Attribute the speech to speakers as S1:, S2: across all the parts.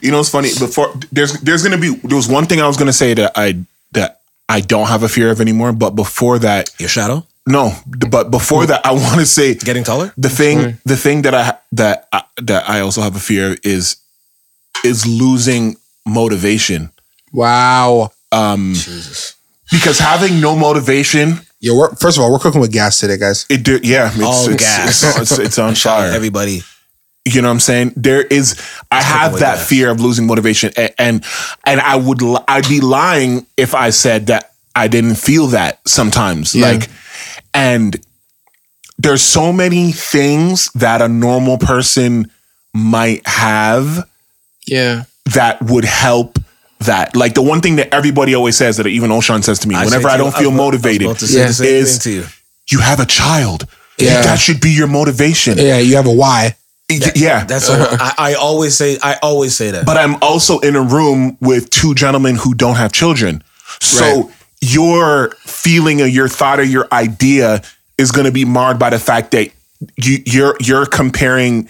S1: You know, it's funny. Before there's there's gonna be there was one thing I was gonna say that I that I don't have a fear of anymore. But before that,
S2: Your shadow
S1: no. But before that, I want to say
S2: getting taller.
S1: the thing the thing that I that I, that I also have a fear of is is losing motivation Um,
S3: Wow.
S2: Jesus.
S1: because having no motivation
S3: Yo, we're, first of all, we're cooking with gas today, guys.
S1: it do- yeah it's,
S2: All
S1: it's,
S2: gas.
S1: it's, it's, Oh, it's on fire
S2: Everybody.
S1: You know what I'm saying? There is, I have
S2: away
S1: that
S2: that.
S1: fear of losing motivation, and, and and I would li- I'd be lying if I said that I didn't feel that sometimes.
S3: Yeah.
S1: Like, and there's so many things that a normal person might have
S3: Yeah.
S1: that would help that. Like the one thing that everybody always says that even Oshan says to me whenever
S2: said
S1: I
S2: to you-
S1: don't feel
S2: was about-
S1: motivated
S2: I was about to say
S3: Yeah.
S2: the same
S1: is-
S2: thing to you.
S1: you have a child.
S3: Yeah.
S1: That should be your motivation.
S3: Yeah, you have a why.
S1: Y- yeah.
S2: That's what I, I always say. I always say that.
S1: but I'm also in a room with two gentlemen who don't have children. So
S3: Right.
S1: your feeling or your thought or your idea is going to be marred by the fact that you, you're you're comparing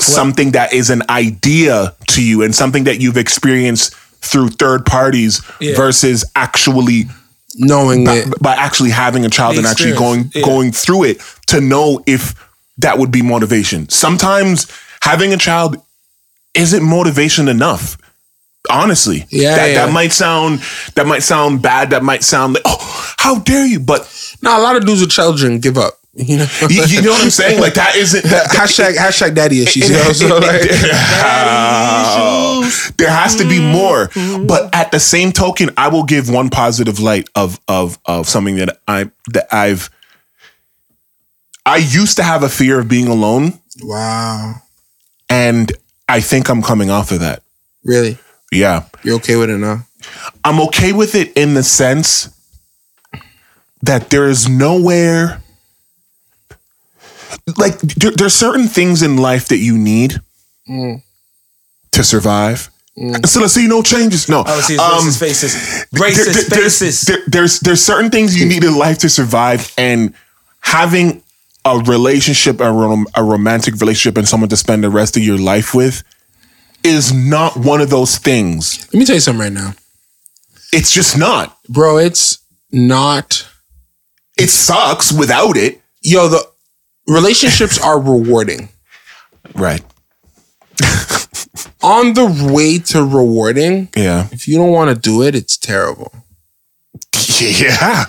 S1: something that is an idea to you and something that you've experienced through third parties
S2: Yeah.
S1: versus actually
S3: Knowing
S1: by,
S3: it.
S1: by actually having a child
S2: Eh, The
S1: and actually going
S2: experience, yeah.
S1: going through it to know if that would be motivation. Sometimes having a child isn't motivation enough. Honestly,
S3: Yeah,
S1: that,
S3: yeah.
S1: that might sound that might sound bad. That might sound like, oh, how dare you? But
S3: No, a lot of dudes with children give up. You know?
S1: you, you know what I'm saying? Like that isn't that. that
S3: hashtag, hashtag daddy issues. You know what I'm saying? Like-
S1: there has to be more. But at the same token, I will give one positive light of of of something that I that I've I used to have a fear of being alone,
S3: wow.
S1: and I think I'm coming off of that.
S3: Really?
S1: Yeah.
S3: You're okay with it now?
S1: I'm okay with it in the sense that there is nowhere like there, there's certain things in life that you need
S2: Mm.
S1: to survive. So let's see no changes. No.
S2: Oh, see, it's
S1: Um,
S2: racist faces.
S1: there- there-
S2: Racist
S1: there's-
S2: faces.
S1: there- there's there's certain things you need in life to survive, and having a relationship, a, rom- a romantic relationship, and someone to spend the rest of your life with is not one of those things.
S3: Let me tell you something right now.
S1: It's just not.
S3: Bro, it's not.
S1: It sucks without it.
S3: Yo, the relationships are rewarding.
S1: Right.
S3: On the way to rewarding,
S1: Yeah.
S3: if you don't want to do it, it's terrible.
S1: Yeah.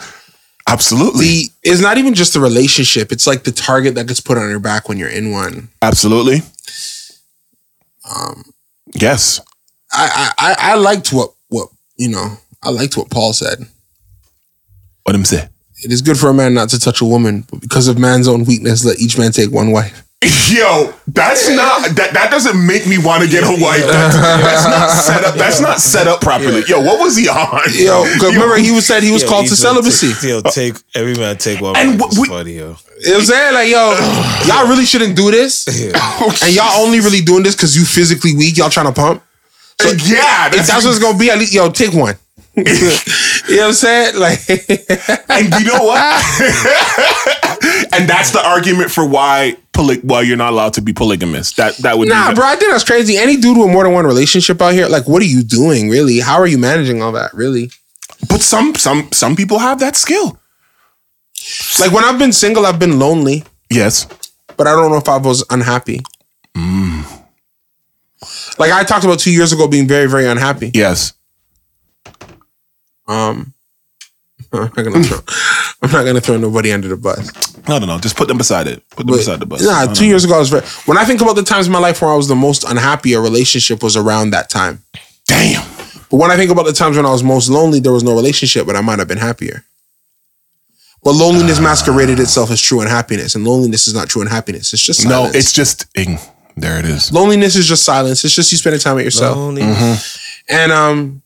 S1: Absolutely.
S3: The it's not even just the relationship; it's like the target that gets put on your back when you're in one.
S1: Absolutely. Um. Yes.
S3: Um, I I I- I liked what what you know. I liked what Paul said.
S1: What I'm saying.
S3: It is good for a man not to touch a woman, but because of man's own weakness, let each man take one wife.
S1: Yo, that's not that. That doesn't make me want to get a wife. That's, that's not set up. That's not set up properly. Yo, what was he on?
S3: Yo, 'cause remember he was said he was
S2: Yo,
S3: called to
S2: he's gonna
S3: celibacy.
S2: Take, yo, take every man take one.
S1: And
S2: And
S1: what we-
S2: funny, yo.
S3: You know what I'm saying like, yo, y'all really shouldn't do this, and y'all only really doing this because you physically weak. Y'all trying to pump.
S1: yeah,
S3: If that's what it's gonna be, at least yo, take one. you know what I'm saying? Like,
S1: and you know what? and that's the argument for why poly- why you're not allowed to be polygamous. That that would
S3: Nah,
S1: be
S3: bro, I think that's crazy. Any dude with more than one relationship out here, like, what are you doing, really? How are you managing all that, really?
S1: But some some some people have that skill.
S3: Like, when I've been single, I've been lonely,
S1: Yes.
S3: but I don't know if I was unhappy.
S1: Mm.
S3: Like, I talked about two years ago being very, very unhappy.
S1: Yes.
S3: Um, I'm not gonna throw, I'm not gonna throw nobody under the bus.
S1: No, no, no. Just put them beside it. Put them
S3: But,
S1: beside the bus.
S3: Nah,
S1: No,
S3: two
S1: no.
S3: years ago, I was very. When I think about the times in my life where I was the most unhappy, a relationship was around that time.
S1: Damn.
S3: But when I think about the times when I was most lonely, there was no relationship, but I might have been happier. But loneliness
S1: Ah.
S3: masqueraded itself as true unhappiness, and loneliness is not true unhappiness. It's just
S1: No,
S3: silence.
S1: it's just ing, there. It is.
S3: loneliness is just silence. It's just you spending time with yourself.
S2: Lonely.
S3: And um,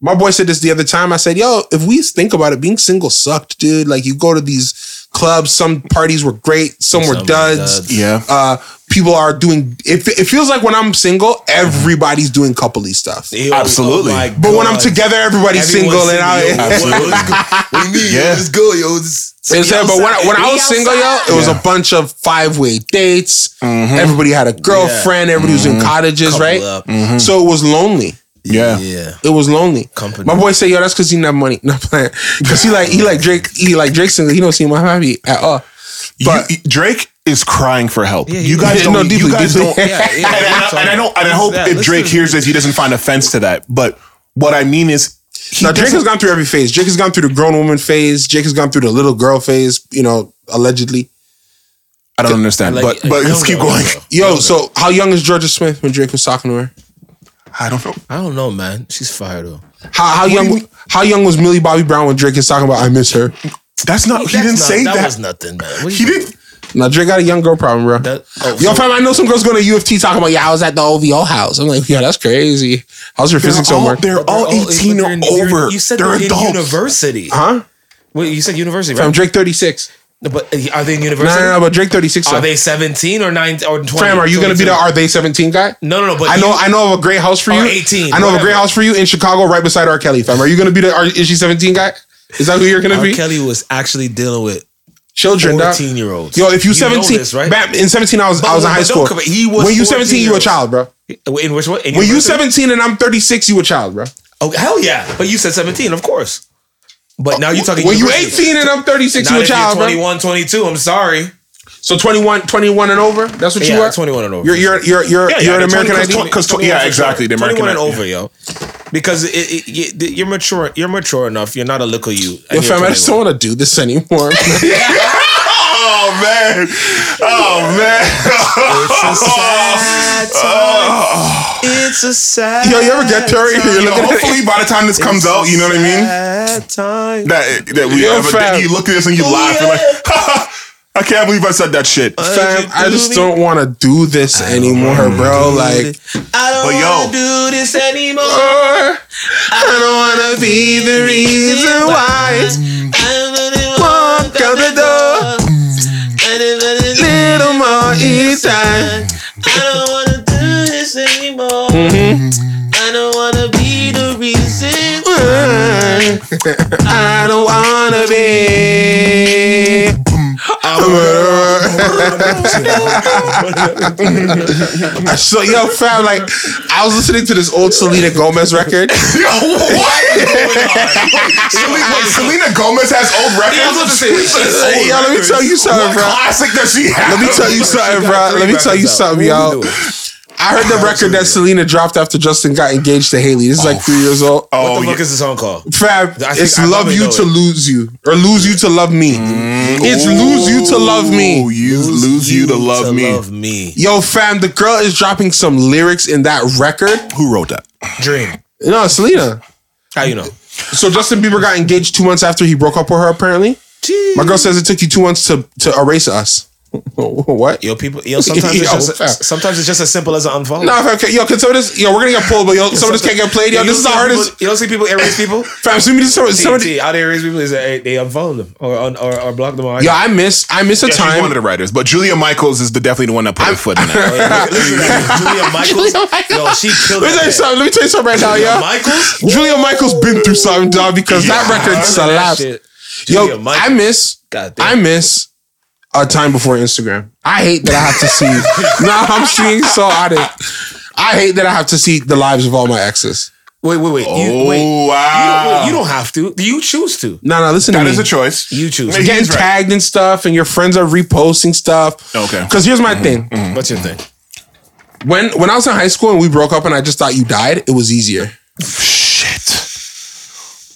S3: my boy said this the other time. I said, "Yo, if we think about it, being single sucked, dude. Like you go to these clubs. Some parties were great, some, were
S2: Some
S3: duds.
S2: duds.
S1: Yeah.
S3: Uh, people are doing. It, it feels like when I'm single, everybody's doing coupley stuff.
S2: Ew,
S1: Absolutely.
S2: oh my
S1: But
S3: But when I'm
S2: God.
S3: together, everybody's
S2: Everyone's
S3: single, and
S2: single,
S3: I.
S2: yo. What- what do you mean? yo?
S1: Yeah.
S2: Let's go, yo. It's,
S3: You know what I'm saying? But when I, when I was single, yo, it was
S1: Yeah.
S3: a bunch of five way dates.
S2: Mm-hmm.
S3: Everybody had a girlfriend. Everybody was in cottages, right?
S2: up.
S3: So it was lonely.
S1: Yeah.
S2: Yeah.
S3: It was lonely.
S2: Company.
S3: My boy say, "Yo, that's because he not money, not playing. Because he like he like Drake. He like Drake single. He don't seem happy at all. But
S1: You- Drake is crying for help. you
S2: he-
S1: guys
S3: Yeah,
S1: don't.
S3: no, deeply,
S1: you guys
S3: deeply.
S1: don't.
S2: Yeah, yeah,
S1: and, I,
S2: that's all.
S1: and I don't. And I
S2: That's
S1: hope
S2: that.
S1: if
S2: Let's
S1: Drake
S2: do-
S1: hears this, he doesn't find offense to that. But what I mean is, he
S3: now Drake has
S1: doesn't-
S3: gone through every phase. Drake has gone through the grown woman phase. Drake has gone through the little girl phase. You know, allegedly.
S1: I don't understand.
S2: Like,
S1: but but
S2: I
S1: let's
S2: don't
S1: keep
S2: know,
S1: going.
S2: yo.
S3: Yo, so how young is Georgia Smith when Drake was talking to her?
S1: I don't know.
S2: I don't know, man. She's fired though.
S3: How how young how young was Millie Bobby Brown when Drake is talking about I miss her?
S1: That's not. he
S2: That's
S1: didn't
S2: not-
S1: say that.
S2: That was nothing, man. What
S1: he
S2: you-
S1: didn't.
S3: Now Drake got a young girl problem, bro.
S2: That- oh,
S3: Yo,
S2: so-
S3: fam, I know some girls going to U of T talking about, yeah, I was at the OVO house. I'm like, yeah, that's crazy. How's your physics
S1: all-
S3: homework?
S1: they're
S2: But they're
S1: all
S2: all-
S1: eighteen
S2: but
S1: or
S2: they're in- they're in-
S1: over.
S2: You said
S1: they're
S2: they're in
S1: adults.
S2: university.
S3: Huh?
S2: Wait, you said university,
S3: Fam,
S2: right?
S3: Drake 36.
S2: But uh, are they in
S3: No,
S2: university?
S3: no, no, but Drake 36.
S2: Are
S3: though.
S2: they 17 or 9 or 20?
S3: Fam, are you going to be the Are They 17 guy?
S2: No, no, no. But
S3: I know,
S2: you-
S3: I know of a great house for you.
S2: Or 18,
S3: I know of a
S2: whatever.
S3: great house for you in Chicago, right beside R. Kelly. Fam, are you going to be the? Are, is she seventeen guy? Is that who you're going to
S2: R.
S3: be?
S2: Kelly was actually dealing with
S3: Children, dog.
S2: 14 year olds.
S3: Yo, if you,
S2: You know
S3: seventeen,
S2: this, right?
S3: Bam, in seventeen, I was I was in
S2: but
S3: high
S2: don't
S3: school.
S2: come- he was
S3: when you
S2: 14
S3: seventeen, you a
S2: years.
S3: child, bro.
S2: in which one? In
S3: When you
S2: university?
S3: seventeen and I'm thirty six, you a child, bro.
S2: Oh, hell yeah. But you said 17, of course. But now you're talking
S3: Oh, When you
S2: university.
S3: eighteen and I'm thirty six,
S2: Not
S3: you a
S2: if you're
S3: child, bro.
S2: 21, 22. I'm sorry.
S3: So 21, 21 and over. That's what you
S2: Yeah,
S3: are.
S2: 21 and over.
S3: You're you're you're you're,
S1: Yeah, yeah,
S3: you're
S1: the
S3: an
S1: 20
S3: American
S1: 'cause
S3: ID.
S1: 20 'cause 20 yeah, exactly. The American
S2: 21 and
S1: ID, yeah.
S2: over, yo. Because it, it, you- you're mature. You're mature enough. You're not a little you. and you're
S3: Yo, fam, I
S2: 21.
S3: just don't want to do this anymore.
S1: Oh man! Oh man! Oh,
S2: It's a sad time. It's a sad.
S3: Yo, you ever get Terry?
S2: time.
S3: You're
S1: You know,
S3: looking at
S1: hopefully, by the time this comes
S2: It's a
S1: out, you know what I mean.
S2: Sad time.
S1: That that we
S3: Yo,
S1: have. A, that
S3: fam.
S1: you look at this and
S2: Oh,
S1: you laugh. You're like, I can't believe I said that shit.
S3: Fam,
S2: you
S3: I
S2: do
S3: just
S2: me?
S3: don't want to do this anymore, bro. Like,
S2: I don't
S1: But yo. Uh,
S2: wanna do this anymore.
S3: I don't want to be
S1: Mm.
S3: the reason why. it's Walk out the door,
S1: Mm.
S3: little more each time.
S4: I don't wanna do this anymore.
S1: Mm-hmm.
S4: I don't wanna be the reason.
S3: I don't want to be. So yo, fam, like I was listening to this old Selena Gomez record.
S1: Yo, what? Selena, wait, Selena Gomez has old records.
S3: I was about to say,
S1: She has old
S3: yo, let me
S1: records.
S3: tell you something,
S1: What
S3: bro.
S1: Classic that she has.
S3: Let me tell you something, bro. Let me tell you something, y'all. I heard the record that Selena dropped after Justin got engaged to Haley. This is like three years old.
S1: Oh,
S2: What the
S1: yeah.
S2: fuck is the song called?
S3: Fab,
S2: I think
S3: it's
S2: I
S3: love
S2: probably
S3: you
S2: know
S3: to
S2: it. Mm-hmm.
S3: lose you or lose you to love me. It's lose you to love
S1: Ooh,
S3: me.
S1: You lose, you to love me.
S2: Love me.
S3: Yo, fam, the girl is dropping some lyrics in that record.
S1: Who wrote that?
S2: Dream.
S3: No, Selena.
S2: How you know?
S3: So Justin Bieber got engaged two months after he broke up with her. Apparently, my girl says it took you two months to to erase us. what?
S2: Yo, people. Yo, sometimes
S3: Yo,
S2: it's
S3: fam.
S2: just sometimes it's just as simple as an unfollow.
S3: Nah, fam, can- yo, can some of this? Yo, we're gonna get pulled, but yo, some of this can't get played. Yo,
S2: You
S3: this is the
S2: don't see people-
S3: hardest.
S2: You don't see people erase people.
S3: Fam, send me this. Some, some of the-
S2: See, out there erase people is that they unfollow them or un- or, or block them. Or
S3: yo, I miss, I miss a
S1: Yeah, she's one of
S3: time.
S1: the writers, but Julia Michaels is the definitely the one that put her foot in it.
S2: Look- look at that. Julia Michaels. Yo, she killed
S3: Let me tell you
S2: that.
S3: something. Let me tell you something right now,
S2: Julia
S3: yo.
S2: Michaels?
S3: Julia Michaels been through something, dog, because that
S1: Yeah.
S3: record
S2: That
S3: slaps.
S2: shit. Julia
S3: Yo, I
S2: Michaels.
S3: miss,
S2: God damn.
S3: I miss a time before Instagram. I hate that I have to see. nah, I'm seeing so out of. I hate that I have to see the lives of all my exes.
S2: Wait, wait, wait. You,
S1: Oh
S2: wait. You
S1: wow!
S2: don't, you don't have to. You choose to.
S3: No, no, listen to
S1: That
S3: me.
S1: is a choice.
S2: You choose.
S1: He's
S3: Getting
S1: right.
S3: tagged and stuff, and your friends are reposting stuff.
S1: Okay. Mm-hmm.
S3: Because here's my thing.
S2: What's your thing?
S3: When when I was in high school and we broke up and I just thought you died, it was easier.
S1: Shit.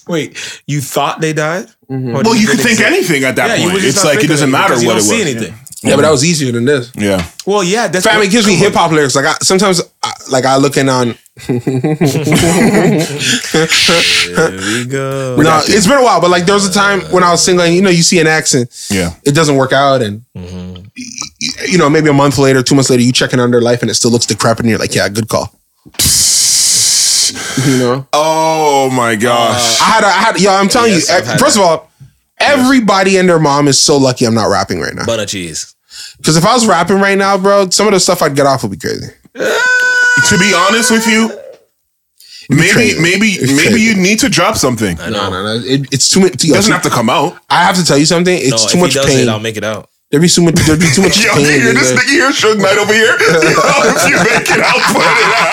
S2: Wait, you thought they died? Or
S1: Well,
S2: did
S1: you could
S2: didn't
S1: think
S2: see-
S1: anything at that
S2: Mm-hmm. Yeah, you
S1: point.
S2: were just
S1: It's
S2: not
S1: like it
S2: thinking
S1: doesn't
S2: of
S1: matter
S2: because you
S1: what it
S2: don't
S1: was.
S2: see anything.
S3: Yeah,
S1: Mm-hmm.
S3: but that was easier than this.
S1: Yeah.
S2: Well, yeah, that's
S3: Fam,
S2: what-
S3: it gives me
S2: come on.
S3: hip hop lyrics. Like I, sometimes, I, like I looking on.
S2: There we go.
S3: No, it's been a while, but like there was a time when I was single, and you know, you see an accent,
S1: Yeah.
S3: it doesn't work out, and
S2: Mm-hmm.
S3: y- y- you know, maybe a month later, two months later, you checking on their life, and it still looks decrepit, and you're like, yeah, good call. you know,
S1: Oh my gosh.
S3: Uh, I had, a, I had, yo, I'm telling
S2: Yes,
S3: you,
S2: I've
S3: eh,
S2: had
S3: first of all, everybody and their mom is so lucky I'm not rapping right now.
S2: Butter cheese.
S3: Because if I was rapping right now, bro, some of the stuff I'd get off would be crazy.
S1: To be honest with you, maybe
S3: crazy.
S1: maybe
S3: It's
S1: maybe
S3: crazy.
S1: you need to drop something. It
S3: No, no, no. It, it's too much.
S1: doesn't have to come out.
S3: I have to tell you something.
S2: No,
S3: It's
S2: if
S3: too
S2: he
S3: much
S2: does
S3: pain.
S2: it, I'll make it out.
S3: there'd be too much. There'd be too much
S1: Yo,
S3: pain.
S1: you hear
S3: in
S1: this
S3: there.
S1: nigga here, Suge Knight over here. Yo, if you make it, I'll put it out.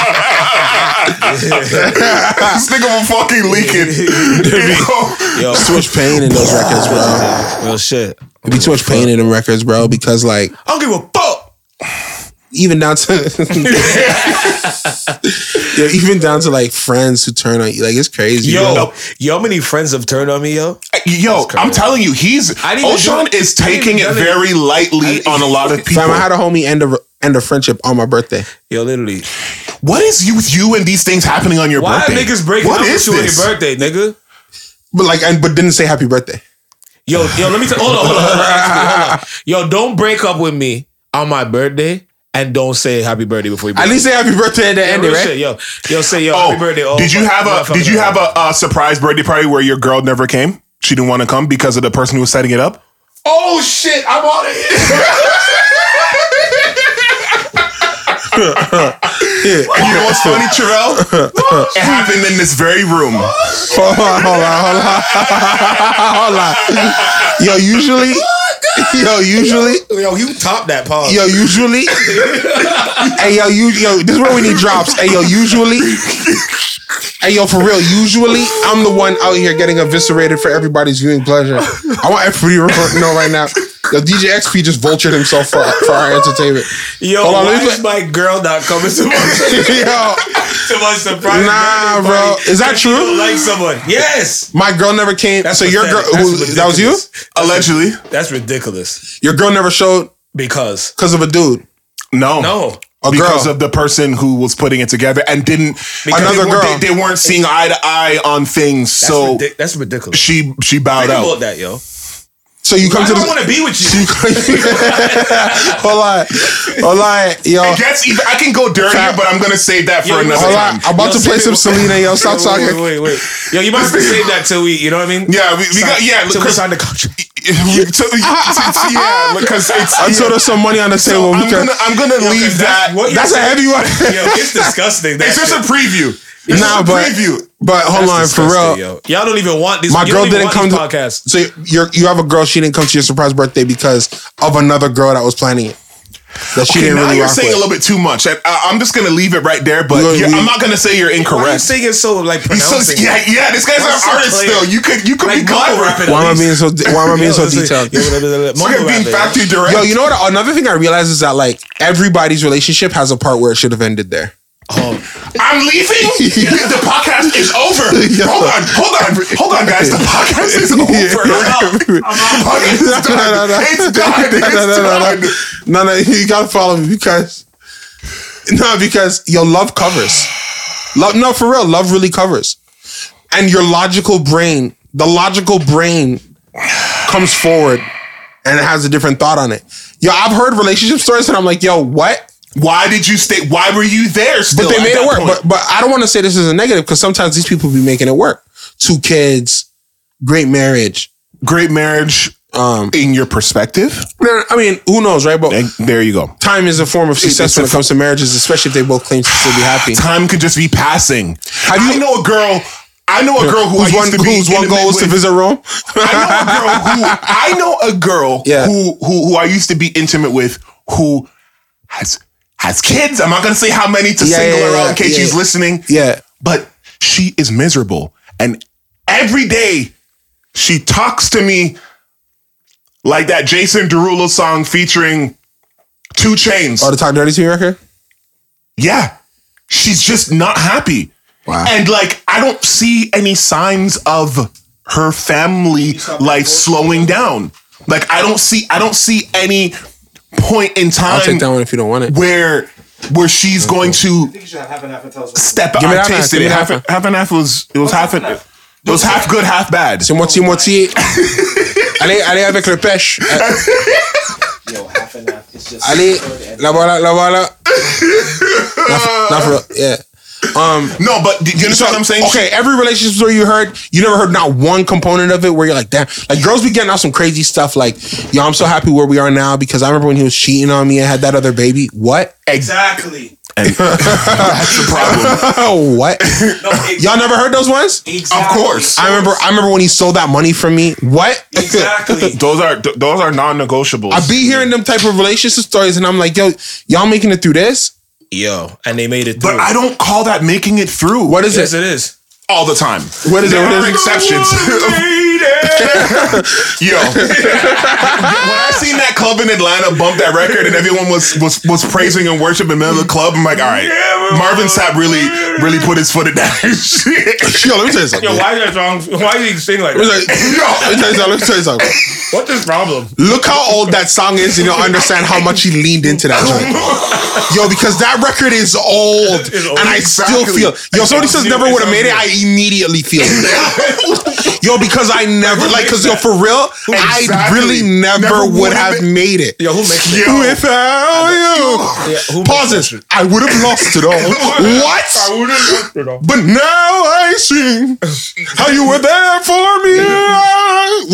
S1: this nigga will fucking leak it. Yo,
S2: Yo,
S3: Too much pain in those records, bro.
S2: real shit.
S3: There'd be too much pain in them records, bro. Because like
S2: I don't give a fuck.
S3: even down to yeah, even down to like friends who turn on you, like it's crazy.
S2: Yo,
S3: bro.
S2: yo, how many friends have turned on me, yo?
S1: yo, I'm telling you, he's
S2: I didn't even
S1: Oshan
S2: do it.
S1: is
S2: I didn't
S1: taking it
S2: even do it.
S1: very lightly on a lot of people.
S3: fam, I had a homie end a end a friendship on my birthday.
S2: Yo, literally.
S1: What is you with you and these things happening on your
S2: Why
S1: birthday?
S2: niggas breaking
S1: What
S2: up
S1: is
S2: with you on your
S1: this?
S2: birthday, nigga?
S3: But like, and but didn't say happy birthday.
S2: Yo, yo, let me tell. Hold on, hold on, hold on, actually, hold on. Yo, don't break up with me on my birthday, and don't say happy birthday before you. Break
S3: At least say happy birthday at the
S2: up.
S3: end,
S2: Real
S3: right?
S2: shit, Yo, yo, say yo,
S1: Oh,
S2: happy birthday. Oh,
S1: did you
S2: fuck,
S1: have a
S2: motherfucker.
S1: did you have a, a surprise birthday party where your girl never came? She didn't want to come because of the person who was setting it up.
S2: Oh shit! I'm on it.
S1: You know what's funny, Terrell? it happened in this very room.
S3: Hold on, hold on, hold on, hold on. Yo, usually,
S1: Oh
S3: yo, usually,
S2: Yo, you top that pause.
S3: yo, usually. hey, yo, you, yo, this is where we need drops. Hey, yo, usually. Hey, yo, for real. Usually, I'm the one out here getting eviscerated for everybody's viewing pleasure. I want everybody to know right now. Yo, DJ XP just vultured himself for, for our entertainment.
S2: Yo,
S3: Hold on,
S2: why
S3: let me
S2: is my girl not coming to my,
S3: yo,
S2: to my surprise?
S3: Nah,
S2: birthday
S3: bro.
S2: party?
S3: Is that
S2: 'Cause she
S3: true?
S2: don't Like someone? Yes.
S3: my girl never came. so your girl,
S2: pathetic. That's
S3: who, that was you.
S2: ridiculous.
S1: Allegedly,
S2: That's ridiculous.
S3: Your girl never showed
S2: Because
S3: because of a dude.
S1: no,
S2: no,
S3: A
S1: because
S3: girl.
S1: of the person who was putting it together and didn't.
S3: Another
S1: they, weren't-
S3: girl.
S1: They, they weren't seeing eye to eye on things,
S2: that's,
S1: so
S2: ridic- that's ridiculous.
S1: she she bowed
S2: Think
S1: out.
S2: about that, yo.
S3: So you come
S2: I
S3: to
S2: don't
S3: the.
S2: want to be with you.
S3: hold on, hold on, yo,
S1: It gets even- I can go dirtier, but I'm gonna save that for
S2: Yo,
S1: another
S3: Uh, hold
S1: time.
S3: on. I'm about to
S2: Yo,
S3: play
S2: say
S3: some
S2: it.
S3: Selena, yo.
S2: Wait, wait,
S3: Stop talking.
S2: wait, wait. Yo, you must have saved that till we. You know what I mean?
S1: Yeah, we, we got yeah.
S2: Till we
S1: Because
S2: signed the contract.
S1: yeah, because it's
S3: Until there's some money on the table, we
S1: I'm
S3: can.
S1: gonna I'm gonna leave that.
S2: that's what you're
S3: That's a heavy one.
S2: Yo, it's disgusting. That
S1: It's just
S2: shit.
S1: a preview. It's just
S3: Nah,
S1: a
S3: but-
S1: preview.
S3: But hold on,
S2: That's
S3: for real.
S2: disgusting, yo. Y'all don't even want these.
S3: My
S2: you
S3: girl
S2: don't even
S3: didn't
S2: want
S3: come
S2: these podcasts.
S3: So you you have a girl. She didn't come to your surprise birthday because of another girl that was planning it. That she
S1: Okay,
S3: didn't
S1: now
S3: really
S1: you're
S3: rock
S1: saying a
S3: with.
S1: little bit too much. I, I, am just gonna leave it right there. But
S3: We-
S1: yeah,
S3: we-
S1: I'm not gonna say you're
S2: Why you
S1: incorrect.
S2: singing so like
S1: He's so-
S2: pronouncing?
S1: yeah, yeah. This guy's
S2: Why
S1: an
S2: so
S1: artist
S2: clear?
S1: though. You could you could
S2: Like
S1: be called
S2: mumble rapping.
S3: Why am I
S2: At
S3: being
S2: least-
S3: so? Why am I being so
S2: listen,
S3: detailed?
S2: yo, blah, blah, blah, blah.
S1: Look
S2: Mumble
S1: at being factory
S2: rapping,
S1: direct.
S3: Yo, you know what? Another thing I realized is that like everybody's relationship has a part where it should have ended there.
S1: I'm leaving. the podcast is over.
S3: Yo.
S1: Hold on, hold on, hold on, guys. The podcast is over.
S3: Yeah.
S1: The podcast is
S3: no, no,
S1: done.
S3: no.
S1: It's done. It's
S3: no, no, no,
S1: done.
S3: no. No, no, you gotta follow me because no, because your love covers. Love, no, for real, love really covers, and your logical brain, the logical brain, comes forward and it has a different thought on it. Yo, I've heard relationship stories and I'm like, yo, what?
S1: Why did you stay? Why were you there? Still,
S3: But they
S1: at
S3: made
S1: that
S3: it work.
S1: point?
S3: But but I don't want to say this is a negative because sometimes these people be making it work. Two kids, great marriage.
S1: great marriage
S3: Um,
S1: in your perspective.
S3: no, I mean, who knows, right? But
S1: And there you go.
S3: time is a form of success
S1: It's a-
S3: when it comes to marriages, especially if they both claim to still be happy.
S1: Time could just be passing. I
S3: you-
S1: know a girl. I know a girl who I
S3: Who's
S1: used
S3: one,
S1: to be
S3: whose one
S1: intimate
S3: goal is to
S1: with.
S3: visit Rome?
S1: I know a girl who I know a girl
S3: Yeah.
S1: who, who who I used to be intimate with who has has kids. I'm not gonna say how many to
S3: Yeah,
S1: single
S3: yeah,
S1: her out
S3: yeah,
S1: in case
S3: yeah.
S1: she's listening.
S3: yeah.
S1: But she is miserable. And every day she talks to me like that Jason Derulo song featuring two chains.
S3: Oh, the Talk Dirty to you record?
S1: Yeah. She's just not happy.
S3: Wow.
S1: And like, I don't see any signs of her family life slowing down. Like, I don't see, I don't see any point in
S3: I'll take
S1: time
S3: that one if you don't want it.
S1: where where she's going to
S5: think you should have half and half and tell us what
S1: step
S3: me
S1: out.
S3: half
S1: I
S3: and half,
S1: tasted
S3: give
S1: it.
S3: me
S1: Half,
S3: half
S1: and- half and half was it was half and it was half good, half bad.
S3: C'est moitié, moitié. allez, allez avec le pêche.
S5: yo, half and half. It's just
S3: Allez, la voilà, la voilà. Not for, not for, yeah. Um,
S1: No, but do you understand what I'm saying?
S3: Okay, every relationship story you heard, you never heard not one component of it where you're like, damn. Like girls be getting out some crazy stuff. Like, yo, I'm so happy where we are now because I remember when he was cheating on me and had that other baby. What?
S5: Exactly.
S1: That's the problem.
S3: what?
S5: No, ex-
S3: Y'all never heard those ones?
S5: exactly.
S1: Of course.
S3: I remember. I remember when he stole that money from me. What?
S5: Exactly.
S1: Those are th- those are non-negotiables.
S3: I be hearing them type of relationship stories, and I'm like, yo, y'all making it through this?
S2: Yo, and they made it through.
S1: but I don't call that making it through.
S3: What is
S2: yes,
S3: it?
S2: it is.
S1: all the time?
S3: What is it?
S1: There
S3: What
S1: are
S3: is it?
S1: exceptions. Yo, when I seen that club in Atlanta bump that record and everyone was was was praising and worshiping the middle of the club, I'm like, all right, Marvin Sapp really really put his foot in that shit.
S3: Yo, let me tell you something.
S2: Yo, why is that wrong? Why is he sing like
S3: Let
S2: that?
S3: me tell you- let me tell you something. Let me tell you something.
S2: What's his problem?
S3: Look how old that song is, and you'll understand how much he leaned into that joint. Yo, because that record is old,
S2: It's old.
S3: and I still
S1: Exactly.
S3: feel. Yo, somebody says
S2: Exactly.
S3: never would have made it. I immediately feel. it. yo, because I never like, cause yo, for real, I
S1: Exactly.
S3: really never,
S1: Never
S3: would
S1: would've
S3: have
S1: been-
S3: made it.
S2: Yo, who makes it?
S1: Yo. oh,
S3: Without you,
S2: Yeah, who
S3: pauses. I would have lost it all. what?
S2: What?
S3: But now I sing how you were there for me.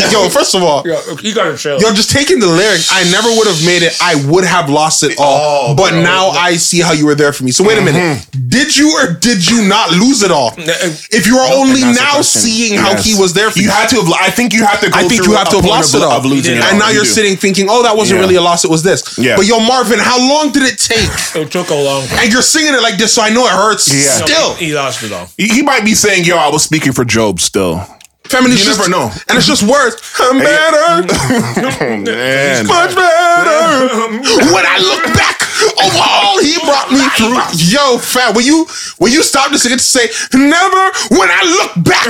S3: Yo, first of all,
S2: Yo, you gotta chill.
S3: Yo, just taking the lyrics, I never would have made it. I would have lost it all.
S1: Oh,
S3: but
S1: bro. Mm-hmm.
S3: now I see how you were there for me. So wait a minute. Did you or did you not lose it all? If you are only
S1: that's the
S3: now
S1: question.
S3: seeing how
S1: Yes.
S3: he was there for you,
S1: You had to. Have, I think you have to. Go
S3: I think
S1: through
S3: you have
S1: a
S3: to have
S1: point
S3: lost
S1: of,
S3: it all.
S1: Of losing it
S3: and
S1: all.
S3: now
S1: You
S3: you're
S1: do.
S3: sitting thinking, oh, that wasn't
S1: Yeah.
S3: really a loss. It was this.
S1: Yeah.
S3: But yo, Marvin, how long did it take?
S2: It took a long time.
S3: And you're singing it like this, so I know it hurts.
S1: Yeah.
S3: Still,
S2: He lost it all.
S1: He he might be saying, "Yo, I was speaking for Job." Still,
S3: feminists
S1: You
S3: just-
S1: never know.
S3: and it's just words. I'm better,
S1: man.
S3: much better. when I look back over all he brought me through, yo, fat, will you will you stop this and say never? When I look back,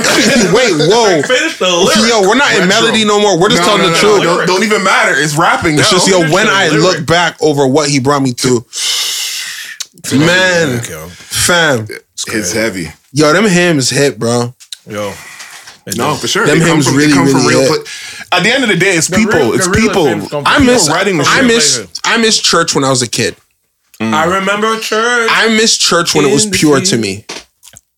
S3: wait, whoa,
S2: Finish the lyric.
S3: yo, we're not in melody no more. We're just telling the truth.
S1: Don't, don't even matter. It's rapping.
S3: It's
S1: now.
S3: just yo, when I
S1: Lyric.
S3: look back over what he brought me through, man, fam,
S1: It's heavy.
S3: yo, them hymns hit, bro.
S2: Yo. It
S1: No,
S2: is.
S1: for sure.
S3: Them
S1: They come
S3: hymns
S1: from,
S3: really,
S1: they come from
S3: really
S1: real.
S3: hit.
S1: pla- At the end of the day, it's people.
S2: real-
S1: it's
S2: the real
S1: people.
S2: hymns come from
S3: I miss,
S1: people writing the
S3: I
S1: shit.
S3: miss, I miss church when I was a kid.
S2: I remember church
S3: I miss church when it was
S2: In the
S3: pure to
S2: field.
S3: me.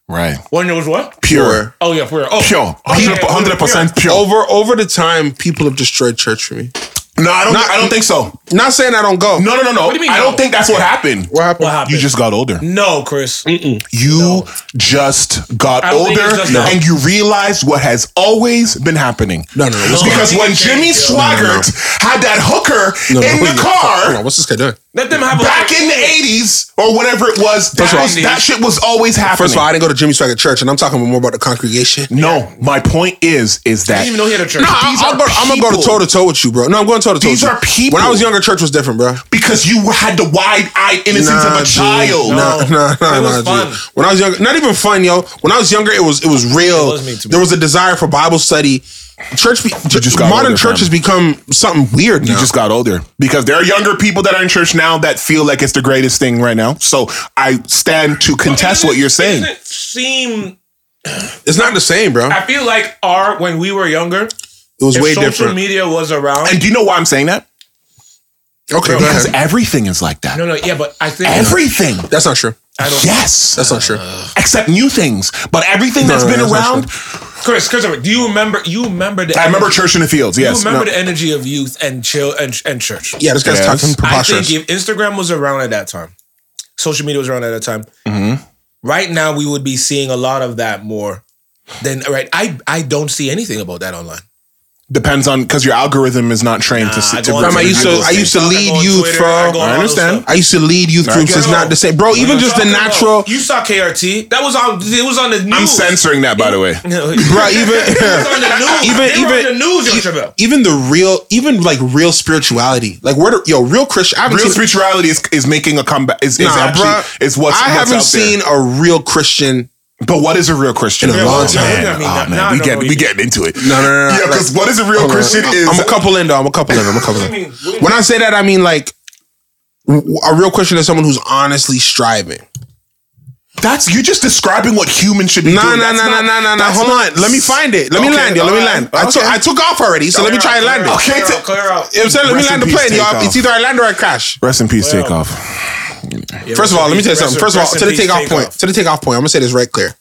S1: right.
S2: when it was what?
S1: Pure,
S2: Oh yeah, for real. Oh,
S1: pure,
S2: Oh, yeah,
S1: hundred percent pure.
S3: Over over the time, people have destroyed church for me.
S1: No, I don't.
S3: Not-
S1: I don't think so.
S3: Not saying I don't go.
S1: No, no, no, no.
S2: What do you mean,
S1: I don't
S2: no?
S1: think that's what happened.
S3: What happened?
S2: What happened?
S1: You just got older.
S2: no, Chris.
S1: You just got
S2: I don't think
S1: older,
S2: it's just that.
S1: and you realized what has always been happening.
S3: No, no, no. What's
S1: Because
S2: No,
S1: when
S2: no,
S1: Jimmy
S2: no.
S1: Swaggart had that hooker
S3: No, no,
S1: in
S3: wait,
S1: the
S3: Hold on,
S1: car
S3: what's this guy doing?
S2: Let them have a
S1: back in the '80s or whatever it was, that,
S3: of all,
S1: that shit was always happening.
S3: First of all, I didn't go to Jimmy Swaggart Church, and I'm talking more about the congregation.
S1: No, my point is, is that
S2: I didn't even know he had a church.
S1: No,
S3: I,
S1: These
S3: I'll
S1: are
S3: go, I'm gonna go to toe
S1: people.
S3: to toe with you, bro. No, I'm going toe to toe.
S1: These are people.
S3: When I was younger, church was different, bro.
S1: because you had the wide-eyed innocence of a
S3: G.
S1: child.
S3: Nah,
S2: No.
S3: nah, nah,
S2: It was
S3: nah, G.
S2: fun.
S3: When I was younger, not even fun, yo. When I was younger, it was it was real.
S2: It was me too.
S3: there was a desire for Bible study. Church, be,
S1: just got
S3: modern
S1: older,
S3: church
S1: fam.
S3: has become something weird now.
S1: You just got older because there are younger people that are in church now that feel like it's the greatest thing right now. So I stand to contest what you're saying.
S2: Doesn't it seem
S3: it's not the same, bro.
S2: I feel like our when we were younger,
S3: It was
S2: if
S3: way
S2: social
S3: different.
S2: media was around.
S1: And do you know why I'm saying that?
S3: okay, go
S1: Because
S3: ahead.
S1: everything is like that.
S2: no, no, yeah, but I think
S1: Everything.
S3: That's not true.
S2: I don't
S1: Yes.
S3: That's not true.
S1: Except new things. But everything that's
S3: no,
S1: been
S3: that's not
S1: around.
S2: Chris, Christopher, do you remember you remember the
S1: I remember church in the fields.
S2: you
S1: Yes.
S2: remember
S1: No.
S2: the energy of youth and chill and and church.
S3: Yeah, this guy's
S1: Yes.
S3: talking
S2: I think
S3: preposterous.
S2: if Instagram was around at that time, social media was around at that time,
S3: Mm-hmm.
S2: right now we would be seeing a lot of that more than right. I I don't see anything about that online.
S1: Depends on because your algorithm is not trained to,
S2: Nah, I
S1: to,
S2: go on
S1: to
S3: Fam, I used to, I used to
S2: go
S3: lead
S2: on
S3: youth,
S2: Twitter,
S3: bro.
S2: I go on
S1: I
S2: all those
S1: understand.
S2: stuff.
S3: I used to lead youth groups.
S1: get
S3: It's
S1: it.
S3: not the same, bro. Even just the
S2: Talking about-
S3: natural,
S2: You saw KRT. That was on. It was on the news.
S1: I'm censoring that by the way.
S3: bro.
S2: Bro, was on
S3: Even
S2: the news.
S3: Even-
S2: They were on
S3: even-
S2: the news, Young Chevelle.
S3: even the real, even like real spirituality, like where the, yo real Christian. I haven't
S1: Real
S3: seen,
S1: spirituality is, is making a comeback. Is, is
S3: Nah,
S1: actually
S3: bruh.
S1: is what's
S3: I
S1: what's
S3: haven't
S1: out there.
S3: seen a real Christian.
S1: But what is a real Christian?
S3: In a long time.
S1: Man,
S2: I mean,
S1: oh,
S2: now-
S1: man,
S2: now I
S1: we
S2: don't
S1: get
S2: know
S1: we
S2: you.
S1: getting into it.
S3: No, no, no, no,
S1: Yeah,
S3: like-
S1: because what is a real Christian
S3: I'm,
S1: is
S3: I'm a couple in though. I'm a couple in. I'm a couple
S2: I
S3: in.
S2: mean, what-
S3: When I say that, I mean like w- a real Christian is someone who's honestly striving.
S1: that's you're just describing what humans should be
S3: No,
S1: doing.
S3: no,
S1: That's
S3: no, no,
S1: not-
S3: no, no, no.
S1: that's
S3: Hold
S1: not-
S3: on. Let me find it. Let me
S1: Okay,
S3: land, yo. Let me
S1: alright,
S3: land. I, took,
S1: okay.
S3: I took off already, so let me try and land it.
S2: Clear
S1: Okay,
S2: out,
S1: t-
S2: clear out.
S3: You know what I'm saying? Let me
S1: Rest in
S3: land the
S1: peace,
S3: plane,
S1: take
S3: y'all.
S1: off.
S3: It's either I land or I crash.
S1: Rest in peace, takeoff.
S3: First of all, let me tell
S2: Rest
S3: you something.
S2: in-
S3: First of all,
S2: rest in
S3: to the
S2: peace,
S3: takeoff
S2: Takeoff.
S3: point, to the takeoff point, I'm gonna say this right clear.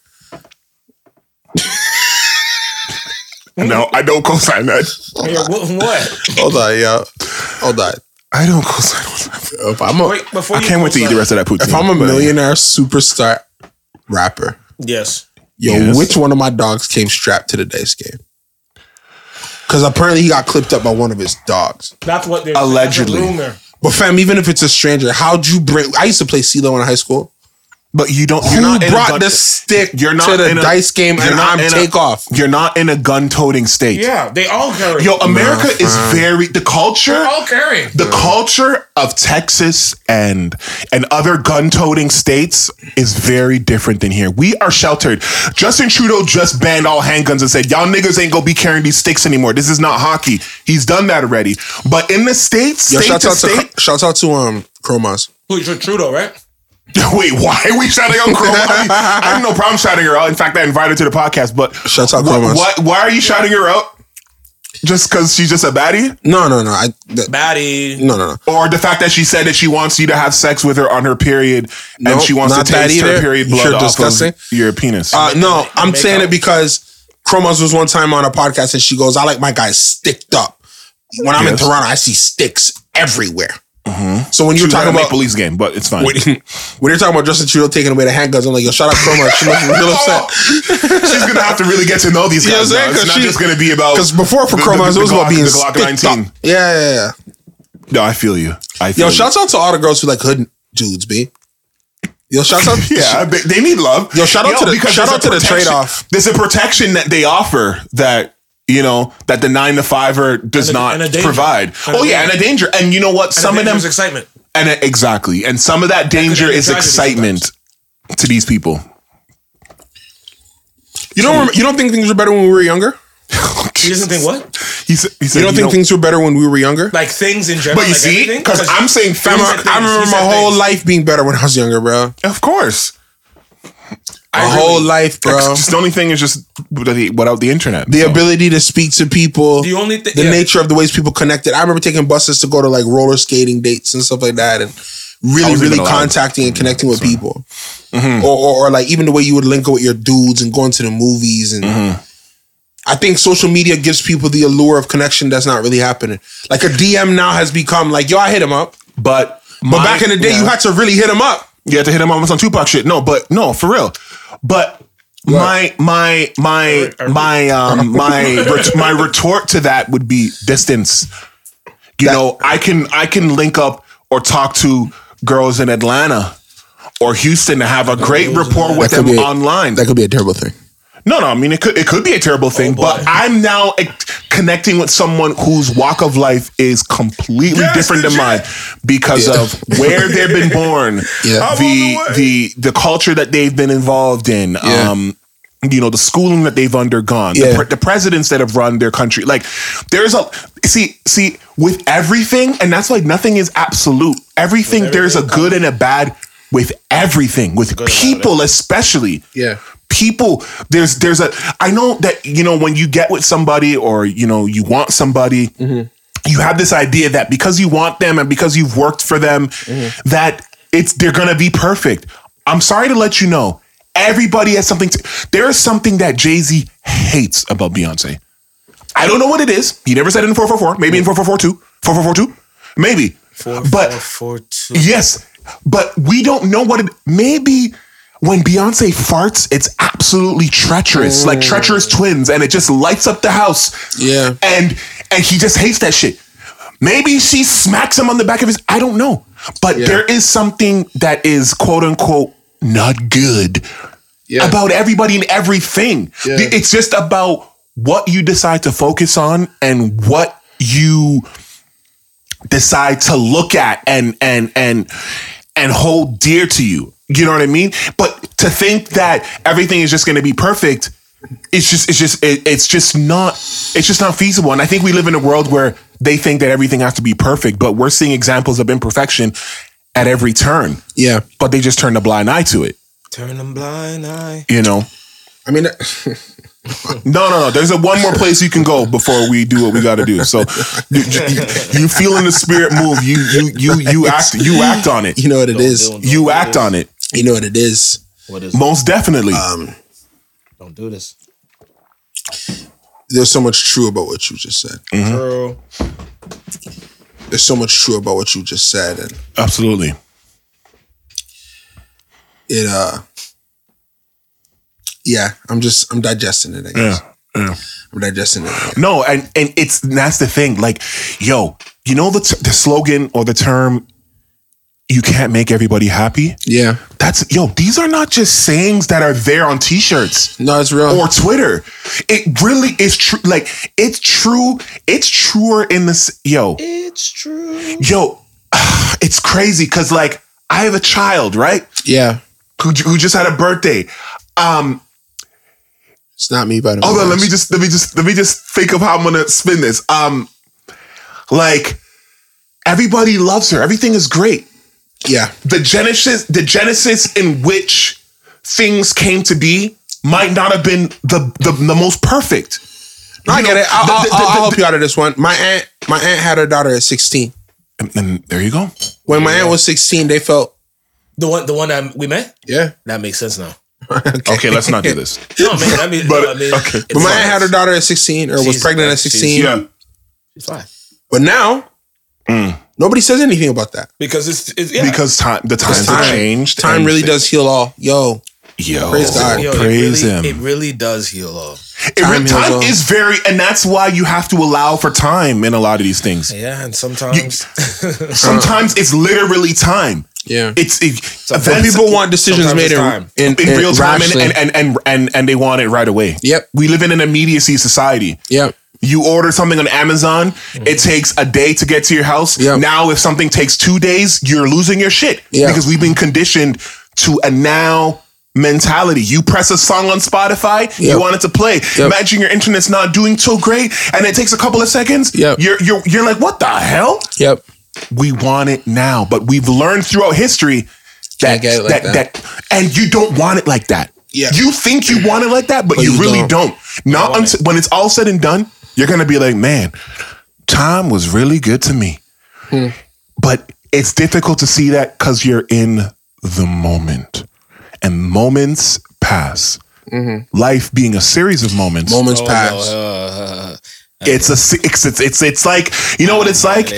S1: No, I don't co-sign that.
S2: Yeah, wh- what?
S3: Hold on, yeah. Hold on.
S1: I don't co-sign that.
S3: If I'm a,
S2: Wait, before
S1: I
S2: you
S1: can't wait to eat the
S2: co-sign-
S1: rest of that poutine.
S3: if I'm a
S1: but-
S3: millionaire superstar rapper,
S2: Yes.
S3: yo,
S1: Yes.
S3: which one of my dogs came strapped to the dice game? Because apparently he got clipped up by one of his dogs.
S2: That's what they're
S1: Allegedly.
S2: that's a rumor.
S3: But fam, even if it's a stranger, how'd you bring? I used to play CeeLo in high school.
S1: but you don't. You're
S3: Who
S1: not in a
S3: brought
S1: gun-
S3: the stick
S1: You're not
S3: to the
S1: in a-
S3: dice game
S1: you're
S3: and
S1: not
S3: I'm
S1: in a-
S3: takeoff?
S1: You're not in a gun-toting state.
S2: Yeah, they all carry.
S1: Yo, America is very the culture.
S2: they're all carrying.
S1: The culture of Texas and and other gun-toting states is very different than here. We are sheltered. Justin Trudeau just banned all handguns and said, "Y'all niggas ain't gonna be carrying these sticks anymore. This is not hockey." He's done that already. But in the states,
S3: Yo,
S1: state
S3: shout
S1: to
S3: out
S1: state,
S3: to shout out to um Chromas.
S2: Who's your Trudeau, right?
S1: Wait, why are we shouting out Chrome? I have no problem shouting her out. In fact, I invited her to the podcast, but
S3: Shout out
S1: why,
S3: Chrome.
S1: why, why are you shouting her out? Just because she's just a baddie?
S3: No, no, no. I that,
S2: Batty.
S3: no, no, no.
S1: Or the fact that she said that she wants you to have sex with her on her period and
S3: Nope,
S1: she wants to
S3: not that
S1: taste her
S3: either.
S1: period
S3: You're
S1: blood off
S3: disgusting.
S1: of your penis.
S3: Uh, no, I'm
S2: make
S3: saying
S2: up.
S3: it because Chromos was one time on a podcast and she goes, I like my guys sticked up. When I'm in
S1: Yes. Mm-hmm.
S3: Toronto, I see sticks everywhere. So when you're
S1: She was at
S3: talking
S1: a
S3: about
S1: police game, but it's fine.
S3: when, when you're talking about Justin Trudeau taking away the handguns, I'm like, yo, shout out Chromos. She must be real upset.
S1: Oh. She's gonna have to really get to know these
S3: You know
S1: guys.
S3: what
S1: now.
S3: I'm saying?
S1: It's
S3: 'Cause
S1: not
S3: she-
S1: just gonna be about
S3: Because before
S1: the-
S3: for
S1: the-
S3: Chromos,
S1: the
S3: it was about
S1: Glock-
S3: being
S1: the Glock
S3: sticked
S1: 19.
S3: up. Yeah, yeah, yeah.
S1: No, I feel you. I feel
S3: Yo,
S1: you.
S3: shouts out to all the girls who like hood dudes, b. Yo, shouts out.
S1: Yeah, they, they need love.
S3: Yo, shout out to the-
S1: because
S3: shout
S1: there's
S3: out
S1: a
S3: to the
S1: protection-
S3: trade-off.
S1: There's a protection that they offer that you know that the nine to fiver does
S2: And a-
S1: not
S2: and a danger.
S1: provide.
S2: And a
S1: oh yeah, and
S2: danger.
S1: a danger. And you know what? some of them
S2: is excitement.
S1: and a, exactly, and some of that danger
S2: be
S1: is
S2: tragedy
S1: excitement to these people.
S3: You don't rem- you don't think things were better when we were younger?
S2: He doesn't think what?
S1: He, sa- he said,
S3: You don't
S1: you
S3: think
S1: know-
S3: things were better when we were younger?
S2: Like things in general.
S1: But you
S2: like
S1: see,
S2: everything?
S1: because I'm saying,
S3: I
S1: fam,
S3: remember, I remember
S2: He said
S3: my whole
S2: things.
S3: life being better when I was younger, bro.
S1: of course.
S3: My whole life, bro.
S1: Just the only thing is just without the internet.
S3: The
S1: So,
S3: ability to speak to people.
S2: The only thing-
S3: the
S2: yeah.
S3: nature of the ways people connected. I remember taking buses to go to like roller skating dates and stuff like that, and
S1: I
S3: really,
S1: wasn't
S3: really
S1: even allowed.
S3: contacting and connecting with people.
S2: Mm-hmm.
S3: Or, or, or like even the way you would link up with your dudes and going to the movies and.
S2: Mm-hmm.
S3: I think social media gives people the allure of connection that's not really happening. Like a DM now has become like, yo, I hit him up.
S1: but
S3: But back in the day, you had to really hit him up.
S1: You had to hit him almost on Tupac shit. No, but no, for real. But my my my my um my ret- my retort to that would be distance. You know, I can I can link up or talk to girls in Atlanta or Houston to have a great rapport with
S3: That could
S1: them
S3: be a-
S1: online.
S3: That could be a terrible thing.
S1: No, no, I mean it could it could be a terrible thing, but I'm now eh, connecting with someone whose walk of life is completely different than mine because
S3: Yeah.
S1: of where they've been born,
S3: Yeah.
S1: the the the culture that they've been involved in,
S3: Yeah.
S1: um, you know, the schooling that they've undergone, the,
S3: Yeah.
S1: pre- the presidents that have run their country. Like there's a see see with everything, and that's why nothing is absolute. Everything there's a good and a bad with everything, with people especially
S3: Yeah.
S1: people there's there's a i know that you know when you get with somebody or you know you want somebody you have this idea that because you want them and because you've worked for them that it's they're gonna be perfect i'm sorry to let you know everybody has something to there is something that jay-z hates about beyonce i don't know what it is he never said it in 444 maybe in 4442 4442 maybe but
S2: four, two.
S1: Yes, but we don't know what it maybe when Beyonce farts, it's absolutely treacherous, like treacherous twins, and it just lights up the house.
S3: Yeah.
S1: And and he just hates that shit. Maybe she smacks him on the back of his I don't know. But there is something that is quote unquote not good
S3: Yeah.
S1: about everybody and everything.
S3: Yeah.
S1: It's just about what you decide to focus on and what you decide to look at and and and and hold dear to you. You know what I mean? But to think that everything is just going to be perfect, it's just it's just it, it's just not it's just not feasible. And I think we live in a world where they think that everything has to be perfect, but we're seeing examples of imperfection at every turn.
S3: Yeah.
S1: But they just turn a blind eye to it.
S2: Turn them blind eye.
S1: You know,
S3: I mean,
S1: No, no, no. There's a one more place you can go before we do what we got to do. So you, you, you feeling the spirit move. You you you you act you act on it.
S3: You know what it is.
S4: Don't do
S1: You
S4: it.
S1: act on it.
S3: You know what it is.
S4: What is?
S1: Most definitely.
S3: Um,
S4: Don't do this.
S3: there's so much true about what you just said.
S2: Mm.
S1: Mm-hmm.
S2: Girl.
S3: There's so much true about what you just said, and
S1: Absolutely.
S3: it uh, yeah. I'm just I'm digesting it. I guess
S1: Yeah. Yeah.
S3: I'm digesting it. I guess.
S1: No, and and it's and that's the thing. Like, yo, you know the t- the slogan or the term you can't make everybody happy?
S3: Yeah.
S1: That's yo, these are not just sayings that are there on t-shirts.
S3: No, it's
S4: Uh-huh.
S3: real.
S1: or Twitter. It really is true. Like it's true. It's truer in this. Yo,
S4: It's true.
S1: yo, it's crazy because like I have a child, right?
S3: yeah.
S1: Who, who just had a birthday. Um,
S3: It's not me, by the way.
S1: hold on. Let me just let me just let me just think of how I'm gonna spin this. Um, like everybody loves her. Everything is great.
S3: Yeah.
S1: The genesis, the genesis in which things came to be, might not have been the the, the most perfect.
S3: No, I
S1: You
S3: get
S1: know,
S3: it.
S1: the-
S3: I'll, I'll-
S1: the-
S3: I'll-
S1: the-
S3: I'll help you out of this one. My aunt, my aunt had her daughter at 16.
S1: And, and there you go.
S3: When my aunt was 16, they felt
S2: The one the one that we met?
S3: yeah.
S2: That makes sense now.
S1: Okay, let's not do this.
S2: No, man, I mean,
S1: But-
S2: no, I mean
S1: okay.
S2: it's
S3: But my
S2: fine.
S3: aunt had her daughter at 16 or was
S2: She's-
S3: pregnant at
S2: she's-
S3: 16.
S1: Yeah.
S2: It's fine.
S3: But now
S1: Mm.
S3: nobody says anything about that.
S2: Because it's, it's yeah.
S1: Because time the times have
S3: time.
S1: changed.
S3: Time
S1: and
S3: really
S1: thi-
S3: does heal all. Yo,
S1: Yo,
S3: Praise God.
S2: Yo,
S1: praise
S2: it really,
S1: him.
S2: It really does heal up.
S1: It
S3: time
S1: re-
S3: heals
S1: time
S3: all.
S1: is very and that's why you have to allow for time in a lot of these things.
S2: Yeah, and sometimes
S1: Sometimes it's literally time.
S3: yeah.
S1: It's it,
S3: When
S1: events-
S3: people want decisions
S2: sometimes
S3: made
S2: it's
S3: in,
S2: time.
S3: in,
S1: in real time and
S3: rashly.
S1: and, and and and and they want it right away.
S3: yep,
S1: We live in an immediacy society.
S3: yep,
S1: You order something on Amazon, it takes a day to get to your house.
S3: Mm-hmm. Yeah.
S1: Now, if something takes two days, you're losing your shit
S3: Yeah.
S1: because we've been conditioned to a now mentality. You press a song on Spotify,
S3: Yep.
S1: you want it to play.
S3: Yep.
S1: Imagine your internet's not doing so great, and it takes a couple of seconds.
S3: Yep.
S1: You're you're you're like, what the hell?
S3: yep.
S1: We want it now, but we've learned throughout history that
S3: Can't get it like
S1: that, that and you don't want it like that.
S3: Yeah.
S1: You think you want it like that, but, you,
S3: you
S1: really
S3: don't.
S1: don't. Not until when it's all said and done, you're gonna be like, man, time was really good to me.
S3: Hmm.
S1: But it's difficult to see that because you're in the moment. And moments pass. Life being a series of moments.
S3: Mm-hmm. Moments
S2: Oh,
S3: pass.
S2: uh,
S1: It's a se- it's, it's it's it's like you know what it's like.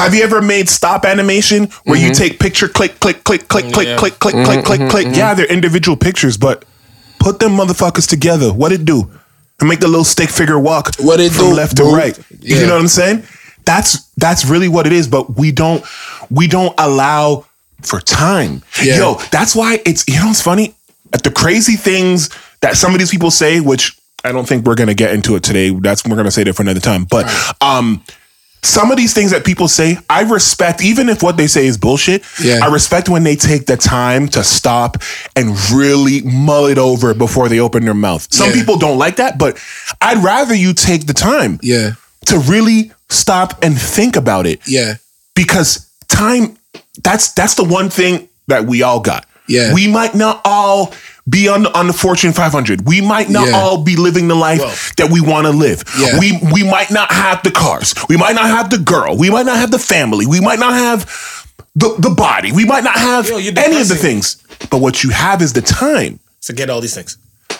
S1: Have you ever made stop animation where you
S3: Mm-hmm.
S1: take picture click click click click click click click click click click?
S3: mm-hmm.
S1: Yeah, they're individual pictures, but put them motherfuckers together. What it do? And make the little stick figure walk.
S3: What it
S1: from
S3: do,
S1: left
S3: boo?
S1: to right.
S3: Yeah.
S1: You know what I'm saying? That's that's really what it is. But we don't we don't allow for time.
S3: Yeah.
S1: Yo, that's why it's you know what's funny? At the crazy things that some of these people say, which I don't think we're gonna get into it today. That's we're gonna say that for another time. But um some of these things that people say, I respect, even if what they say is bullshit.
S3: Yeah.
S1: I respect when they take the time to stop and really mull it over before they open their mouth. Some
S3: Yeah.
S1: people don't like that, but I'd rather you take the time
S3: Yeah,
S1: to really stop and think about it
S3: yeah,
S1: because time that's that's the one thing that we all got
S3: Yeah.
S1: we might not all be on on the fortune 500 we might not
S3: Yeah.
S1: all be living the life that we want to live
S3: Yeah.
S1: we we might not have the cars we might not have the girl we might not have the family we might not have the, the body we might not have
S2: Yo, you're
S1: any of the
S2: depressing.
S1: things but what you have is the time
S2: to get all these things.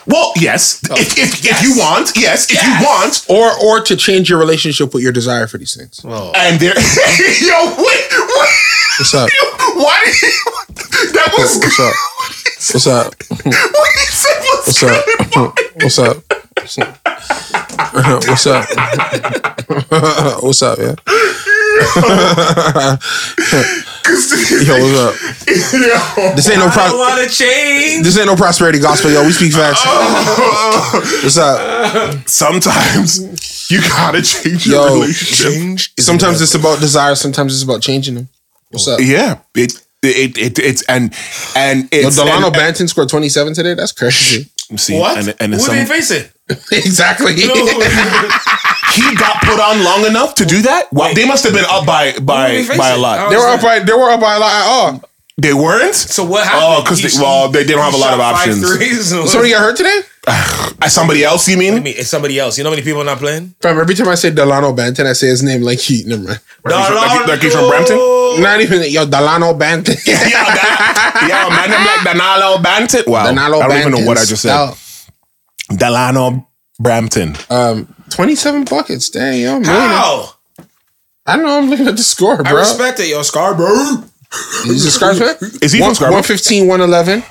S1: well yes if, if, if you want yes, if you want
S3: or or to change your relationship with your desire for these things.
S2: Oh,
S1: and there yo wait what
S3: What's up?
S1: why did he that was
S3: What's up? What's up?
S1: What he said was
S3: What's up? What's up? What's up? What's up? Yeah. Yo, what's up? This ain't no
S2: I
S3: pro-
S2: want to change.
S3: this ain't no prosperity gospel, yo. We speak facts.
S2: Oh.
S3: What's up?
S1: Sometimes you gotta change your
S3: Yo.
S1: relationship.
S3: Sometimes it's about desire. Sometimes it's about changing them. What's up?
S1: Yeah, it it, it it's and and
S3: Yo,
S1: it's
S3: Delano
S1: and,
S3: Banton scored 27 today. That's crazy.
S1: see,
S2: What?
S1: and, and it's
S2: Who
S1: some-
S2: they facing?
S3: exactly.
S1: he got put on long enough to do that. Well, they must have been up by
S2: Who
S1: by
S2: they facing?
S1: by a lot.
S3: They were up by they were up by a lot at all.
S1: They weren't.
S2: So what happened?
S1: Oh, because
S2: He-
S1: they, well, they, they don't
S2: he
S1: have a lot of
S2: shot five
S1: options.
S2: threes.
S3: Somebody got hurt today?
S1: Uh, Somebody else, you
S2: I
S1: mean?
S2: mean, it's somebody else. You know how many people are not playing?
S3: Fam, every time I say Delano Banton, I say his name like he never mind.
S1: he's from- like he- like he's from Brampton?
S3: Not even yo Delano Banton.
S1: yeah, that, yeah, man, I'm like Danilo Banton. Wow,
S3: Delano
S1: I don't even know
S3: Banton's
S1: what I just said.
S3: out.
S1: Delano Brampton.
S3: Um, twenty-seven buckets. Dang, yo, man.
S2: How?
S3: I don't know. I'm looking at the score,
S2: I
S3: bro.
S2: respect it, yo, Scarborough.
S3: Is it Scarface?
S1: Is he
S3: One-
S1: from Scarborough?
S3: 115, 111.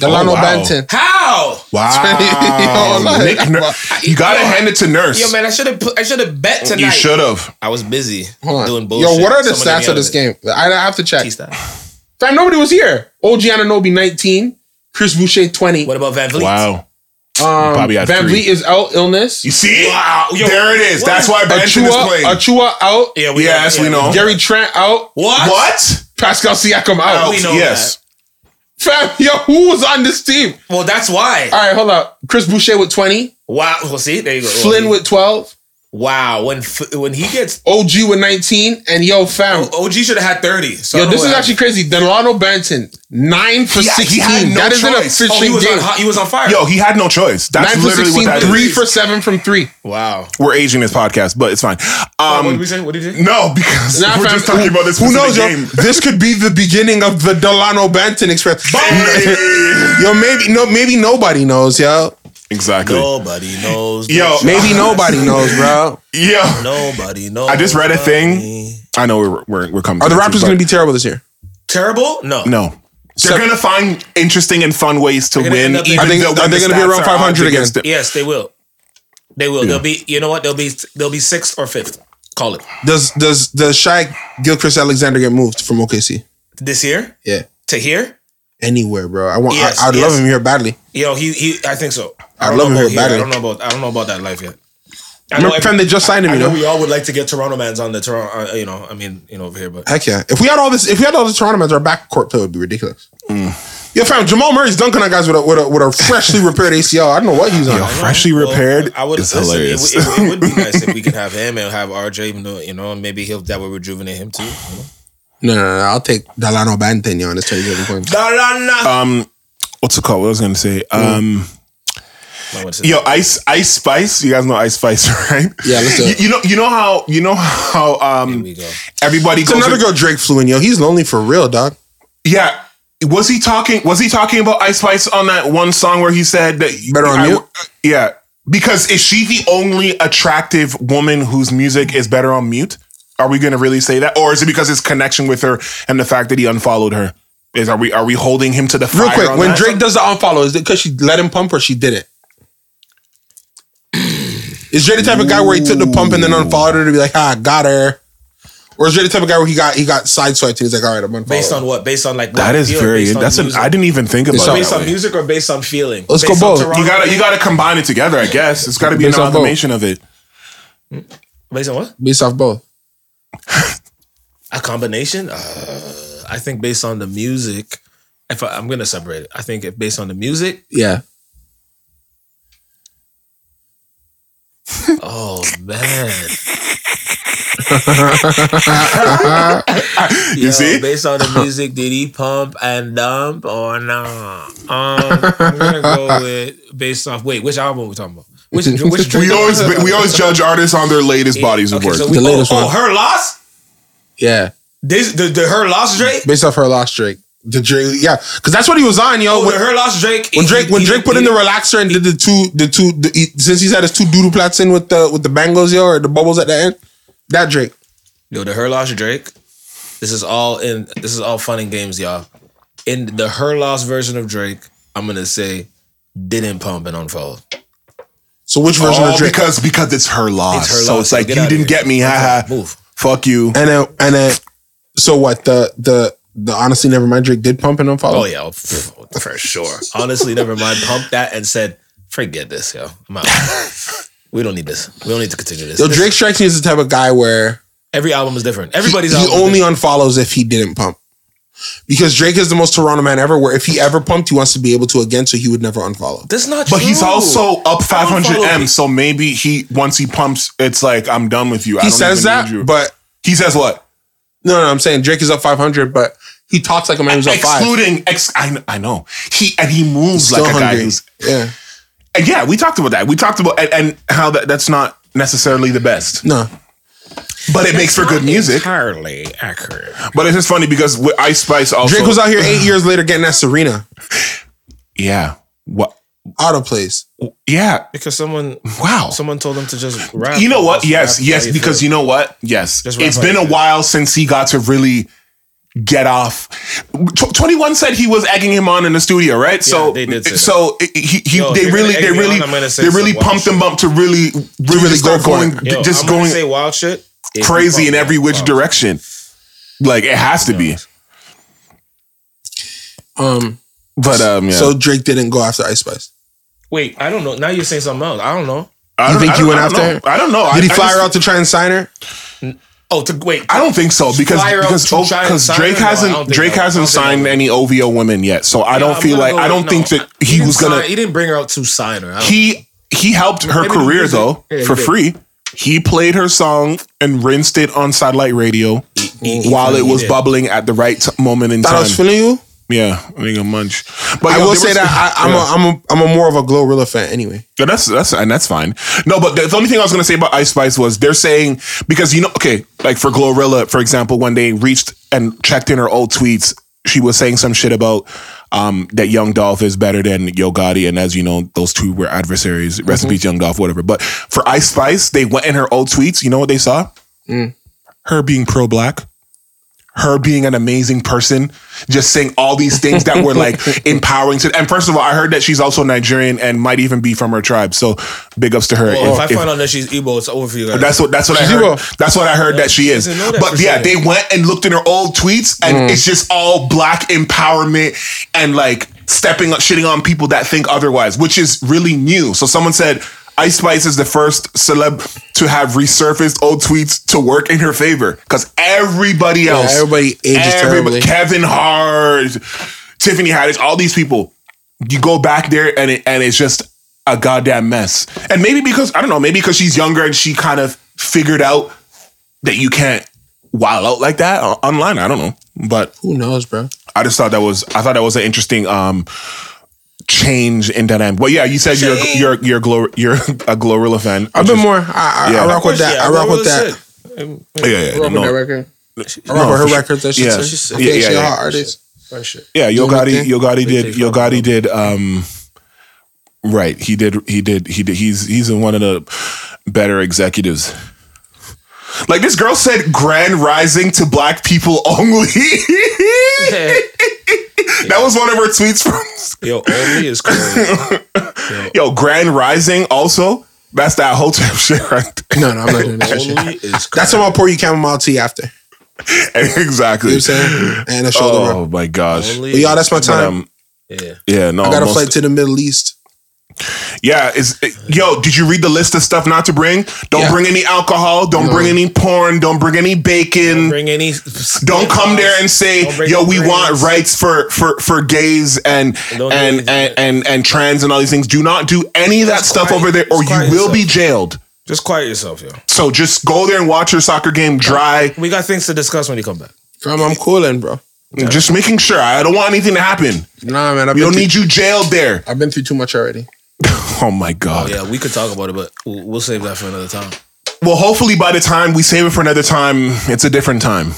S3: Delano
S1: Oh, wow.
S3: Banton.
S2: How?
S1: Wow,
S3: Yo, like-
S1: Nick Nur- you gotta
S2: Yo.
S1: hand it to Nurse.
S2: Yo, man, I should have. I should have bet tonight.
S1: you should have.
S2: I was busy
S3: Hold on.
S2: doing bullshit.
S3: Yo, what are the
S2: Someone get
S3: stats
S2: me out
S3: of this
S2: it.
S3: game? I I have to check.
S2: Cheese stats.
S3: Fam, nobody was here. OG Ananobi, 19. Chris Boucher, 20.
S2: What about Van Vliet?
S1: Wow,
S3: Um,
S1: Bobby had
S3: Van
S1: three.
S3: Vliet is out, illness.
S1: you see? Wow,
S2: yo,
S1: there it is. That's why Banton is
S3: Achua,
S1: playing.
S3: Achua out.
S2: Yeah, we
S1: Yes,
S2: yeah,
S1: we know.
S3: Gary Trent out.
S2: What?
S1: what? Oh,
S3: Pascal Siakam out.
S2: we know
S1: yes.
S3: Fam, yo, who was on this team?
S2: Well, that's why.
S3: All right, hold up. Chris Boucher with 20.
S2: Wow. Well, see, there you go.
S3: Flynn with 12.
S2: Wow. When F- when he gets
S3: OG with 19. And yo, fam.
S2: OG should have Oh, had thirty. So I
S3: Yo,
S2: don't
S3: this
S2: know
S3: is
S2: what
S3: actually crazy. Delano Benton, nine for
S1: He- he had no
S3: sixteen. that is an
S1: choice.
S2: happened. Oh, he
S3: efficient
S2: was on.
S3: game.
S2: hot- He was on fire.
S1: Yo, he had no choice. That's
S3: Nine for
S1: literally
S3: 16,
S1: what that
S3: three
S1: is.
S3: for seven from three.
S2: Wow.
S1: We're aging this podcast, but it's fine.
S2: what did
S1: Um,
S2: we say? What did you say?
S1: no, because
S3: Nah,
S1: we're
S3: fam,
S1: just talking about this.
S3: Who
S1: specific
S3: knows? Yo,
S1: game.
S3: this could be the beginning of the Delano Benton experience. yo, maybe no, maybe nobody knows, yo.
S1: exactly.
S2: Nobody knows.
S1: Yo,
S2: but
S3: Maybe nobody knows, bro.
S1: Yeah.
S2: Nobody knows.
S1: I just read a thing. I know we're we're, we're coming.
S3: Are the
S1: to it,
S3: Raptors
S1: but
S3: going to be terrible this year?
S2: Terrible? No.
S1: No. They're
S3: So-
S1: gonna find interesting and fun ways to
S2: gonna
S1: win.
S2: end up in-
S1: even
S2: Are
S3: they-
S1: though
S3: are
S1: when
S3: they
S1: the
S3: gonna be
S1: stats
S3: around
S1: are
S3: 500
S1: odds against
S3: again?
S1: them.
S2: Yes, they will. They will. They'll be. You know what? They'll be. They'll be sixth or fifth. Call it
S3: Does does does Shaq Gilchrist Alexander get moved from OKC?
S2: this year
S3: Yeah,
S2: to here.
S3: anywhere, bro. I want.
S2: Yes,
S3: I, I'd
S2: yes.
S3: love him here badly.
S2: Yo, he. He. I think so.
S3: I'd
S2: don't
S3: love
S2: know about
S3: him here
S2: I
S3: badly.
S2: don't know about. I don't know about that life yet. I know,
S3: Remember,
S2: every-
S3: fam, they just signed him,
S2: I
S3: you
S2: know
S3: know.
S2: we all would like to get Toronto man's on the Toronto. Uh, you know, I mean, you know, over here, but
S3: Heck yeah. If we had all this, if we had all the Toronto Mets, our backcourt play would be ridiculous.
S1: Mm.
S3: Yo, fam, Jamal Murray's dunking on guys with a, with a, with a freshly repaired ACL. I don't know what he's on.
S1: Freshly
S2: Well,
S1: repaired. I would. Is
S2: listen, it
S1: hilarious.
S2: would- It, would- it would be nice if we could have him and have RJ. You know, you know, and maybe he'll that would rejuvenate him too. You know?
S3: No, no, no. I'll take Delano Banton, yo, on this 27 points.
S1: um, what's it called? What was I gonna say?
S3: Mm.
S1: Um,
S2: I would say-
S1: yo, Ice Ice Spice. You guys know Ice Spice, right?
S3: Yeah, let's do
S1: You,
S3: it.
S1: you know, you know how you know how um
S2: Here we go.
S1: everybody
S3: It's
S1: goes.
S3: another
S1: with-
S3: girl Drake flew in, yo. He's lonely for real, dog.
S1: Yeah. Was he talking? Was he talking about Ice Spice on that one song where he said that?
S3: Better on
S1: I-
S3: mute?
S1: Yeah, because is she the only attractive woman whose music is better on mute? Are we going to really say that, or is it because his connection with her and the fact that he unfollowed her? Is are we are we holding him to the fire?
S3: Real quick,
S1: on
S3: when
S1: that?
S3: Drake does the unfollow, is it because she let him pump or she did it? Is Drake the type of guy where he took the pump and then unfollowed her to be like, ah, got her? Or is Drake the type of guy where he got he got sideswiped and he's like, all right, I'm unfollowed.
S2: Based on what? Based on like
S1: that is very that's an I didn't even think about it.
S2: based
S1: that
S2: on
S1: way.
S2: music or based on feeling.
S3: Let's go
S2: Based on
S3: both.
S2: Toronto-
S1: You gotta you gotta combine it together. I guess it's got to be an
S3: Based on both.
S1: amalgamation of it.
S2: based on what?
S3: Based off both.
S2: A combination. Uh, I think based on the music. If I, I'm gonna separate it, I think if based on the music.
S3: Yeah.
S2: Oh man.
S1: You
S2: Yo,
S1: see,
S2: Based on the music, did he pump and dump or nah? Um, I'm gonna go with based off. Wait, which album we talking about? Which which Drake
S1: we always
S2: album?
S1: we always judge artists on their latest bodies of
S2: Okay,
S1: work.
S2: so
S3: The
S2: we-
S3: latest
S2: oh, oh,
S3: one.
S2: her loss.
S3: Yeah.
S2: This the, the her loss Drake.
S3: Based off her lost Drake. The Drake, yeah, because that's what he was on, yo.
S2: Oh,
S3: when,
S2: the her lost Drake.
S3: when
S2: he-
S3: Drake, when
S2: he-
S3: Drake put in the
S2: he-
S3: relaxer and did the two, the two, the, he, since he's had his two doodle plats in with the with the bangles, yo, or the bubbles at the end, that Drake.
S2: yo the her loss Drake. This is all in. This is all fun and games, y'all. In the her loss version of Drake, I'm gonna say didn't pump and unfold.
S3: So which version
S1: Oh,
S3: of Drake?
S1: because because it's her loss.
S2: It's her
S1: so
S2: loss.
S1: it's
S2: So
S1: like
S2: get
S1: you
S2: outta
S1: didn't
S2: here.
S1: get me,
S3: Uh,
S1: haha.
S2: Move.
S1: Fuck you.
S3: and then and then, so what? The the the honestly, never mind. Drake did pump and unfollow.
S2: Oh yeah, oh, pff, for sure. Honestly, never mind. Pumped that and said, "Forget this, yo. I'm out. We don't need this. We don't need to continue this."
S3: Yo,
S2: This-
S3: Drake strikes me as the type of guy where
S2: every album is different. Everybody's
S3: he
S2: album is
S3: only unfollows if he didn't pump. Because Drake is the most Toronto man ever. Where if he ever pumped, he wants to be able to again, so he would never unfollow.
S2: different. That's not.
S1: But he's
S2: true.
S1: also up 500
S2: follow
S1: M,
S2: me.
S1: so maybe he once he pumps, it's like I'm done with you. I
S3: He
S1: don't
S3: says
S1: even
S3: that,
S1: need you.
S3: but
S1: he says what?
S3: No, no, I'm saying Drake is up 500, but He talks like a man who's up five.
S1: excluding ex, I, kn- I know he and he moves
S3: Still
S1: like a guy
S3: hungry.
S1: who's
S3: Yeah.
S1: and yeah we talked about that we talked about and, and how that, that's not necessarily the best
S3: No.
S1: but it makes for good music
S2: Entirely accurate.
S1: but it's just funny because with Ice Spice also
S3: Drake was out here eight years later getting that Serena
S1: yeah what
S3: out of place.
S1: yeah
S2: Because someone
S1: wow
S2: someone told him to just rap.
S1: you know what
S2: Just
S1: yes
S2: rap
S1: yes
S2: how
S1: because
S2: feel.
S1: you know what yes
S2: Just rap
S1: it's
S2: how
S1: been
S2: you
S1: a
S2: feel.
S1: while since he got to really get off Tw- 21 said he was egging him on in the studio right so
S2: they did say that.
S1: so it- he, he
S2: Yo, if
S1: they
S2: you're gonna
S1: really
S2: egg
S1: they
S2: me
S1: really
S2: on, I'm gonna say
S1: they really
S2: some wild
S1: pumped him up to really really,
S3: really
S1: start
S3: go for
S1: going
S3: it.
S2: Yo,
S1: just
S2: I'm gonna
S1: going
S2: say wild shit. If
S1: crazy
S2: you
S1: in
S2: fuck
S1: every
S2: with
S1: which
S2: wild
S1: direction like it has to be
S3: Um.
S1: but um yeah
S3: So Drake didn't go after Ice Spice.
S2: shit. Wait, I don't know. Now you're saying something else. I don't know.
S1: I
S3: you
S1: don't-
S3: think
S1: I
S3: you
S1: don't-
S3: went
S1: I don't
S3: after
S1: know. i don't know I,
S3: Did he
S1: I
S3: fly her
S1: just-
S3: out to try and sign her?
S2: Oh, to wait.
S1: I don't think so because
S2: Flyer
S1: because
S2: to try and
S1: because
S2: sign
S1: Drake
S2: her? No, I
S1: hasn't
S2: don't think
S1: Drake
S2: that- I
S1: hasn't
S2: don't think
S1: signed
S2: that-
S1: any OVO women yet, so I
S2: Yeah,
S1: don't
S2: I'm
S1: feel
S2: gonna
S1: like
S2: go
S1: I
S2: with
S1: don't
S2: no.
S1: think that
S2: I-
S1: he
S2: didn't
S1: was gonna
S2: sign- He didn't bring her out to sign her. I don't-
S1: he he helped her
S2: Maybe he
S1: career
S2: did.
S1: though
S2: Yeah, he
S1: for
S2: did.
S1: free. He played her song and rinsed it on satellite radio while it was
S2: did.
S1: bubbling at the right t- moment in
S3: Thought I
S1: time.
S3: was feeling you.
S1: yeah, nigga munch. But
S3: I
S1: yo,
S3: will
S1: there
S3: say
S1: was-
S3: that I, I'm
S1: Yeah.
S3: a I'm a I'm a more of a Glorilla fan anyway.
S1: Yeah, that's that's and that's fine. No, but the, the only thing I was gonna say about Ice Spice was they're saying because you know, okay, like for Glorilla, for example, when they reached and checked in her old tweets, she was saying some shit about um, that Young Dolph is better than Yo Gotti, and as you know, those two were adversaries. Recipes, Young Dolph, whatever. But for Ice Spice, they went in her old tweets. You know what they saw? Her being pro black her being an amazing person, just saying all these things that were like empowering to. And first of all, I heard that she's also Nigerian and might even be from her tribe. So big ups to her.
S2: Well,
S1: If-
S2: if I
S1: if-
S2: find out that she's Igbo, it's over for you guys.
S1: that's what that's what I
S3: She's
S1: heard.
S3: Igbo.
S1: That's what I heard that she is.
S2: doesn't know that
S1: But
S2: for
S1: yeah,
S2: sure.
S1: they went and looked in her old tweets, and it's just all black empowerment and like stepping up, shitting on people that think otherwise, which is really new. So someone said. Ice Spice is the first celeb to have resurfaced old tweets to work in her favor because everybody else,
S3: everybody ages terribly.
S1: Kevin Hart, Tiffany Haddish, all these people. You go back there and it, and it's just a goddamn mess. And maybe because I don't know, maybe because she's younger and she kind of figured out that you can't wild out like that o- online. I don't know, but
S3: Who knows, bro?
S1: I just thought that was I thought that was an interesting um change in that end. Well, yeah, you said you're you're you're glor- you're a Glorilla fan.
S3: I've been more. I, I,
S1: Yeah.
S3: I rock with that. I rock with
S1: yeah,
S3: that.
S1: yeah, yeah, no.
S3: record.
S1: No,
S3: I rock with
S1: for
S3: her
S1: sure.
S3: records. That
S1: Yeah.
S3: shit's
S1: Yeah, yeah,
S3: She a
S1: yeah.
S3: hot artist.
S1: Yeah, Yo
S3: Do you
S1: Gotti,
S3: think-
S1: Yo Gotti did Yo Gotti did um right. He did he did he did he's he's one of the better executives. Like this girl said grand rising to black people only. that was one of her tweets from
S2: Yo, only is crazy.
S1: Yo Grand Rising also. That's that whole time shit right there.
S3: No, no, I'm not doing that shit.
S2: only is crazy.
S3: That's when I'll pour you chamomile tea after.
S1: exactly.
S3: You know what I'm saying? And a shoulder rub.
S1: Oh my gosh.
S2: Only
S3: But y'all, that's my
S1: But,
S3: time.
S1: um,
S2: yeah.
S1: yeah, no.
S3: I got a
S1: most-
S3: flight to the Middle East.
S1: Yeah, is it- yo, did you read the list of stuff not to bring? Don't
S3: Yeah.
S1: bring any alcohol, don't bring any porn, don't bring any bacon.
S2: Bring any.
S1: Don't come there and say,
S2: Don't bring
S1: "Yo,
S2: no
S1: we want
S2: drinks.
S1: rights for for for gays and
S2: Don't
S1: and
S2: do
S1: and, and and trans and all these things." Do not do any of that
S2: Just
S1: stuff
S2: quiet-
S1: over there, or
S2: just
S1: you
S2: quiet
S1: will be jailed.
S2: Just quiet yourself, yo.
S1: So just go there and watch your soccer game dry.
S2: We got things to discuss when you come back.
S3: Fam, I'm cooling, bro.
S1: Just making sure I don't want anything to happen.
S3: Nah, man. I've
S1: We
S3: been
S1: don't
S3: through,
S1: need you jailed there.
S3: I've been through too much already.
S1: Oh my god.
S2: Yeah, we could talk about it, but we'll, we'll save that for another time.
S1: Well, hopefully by the time we save it for another time, it's a different time.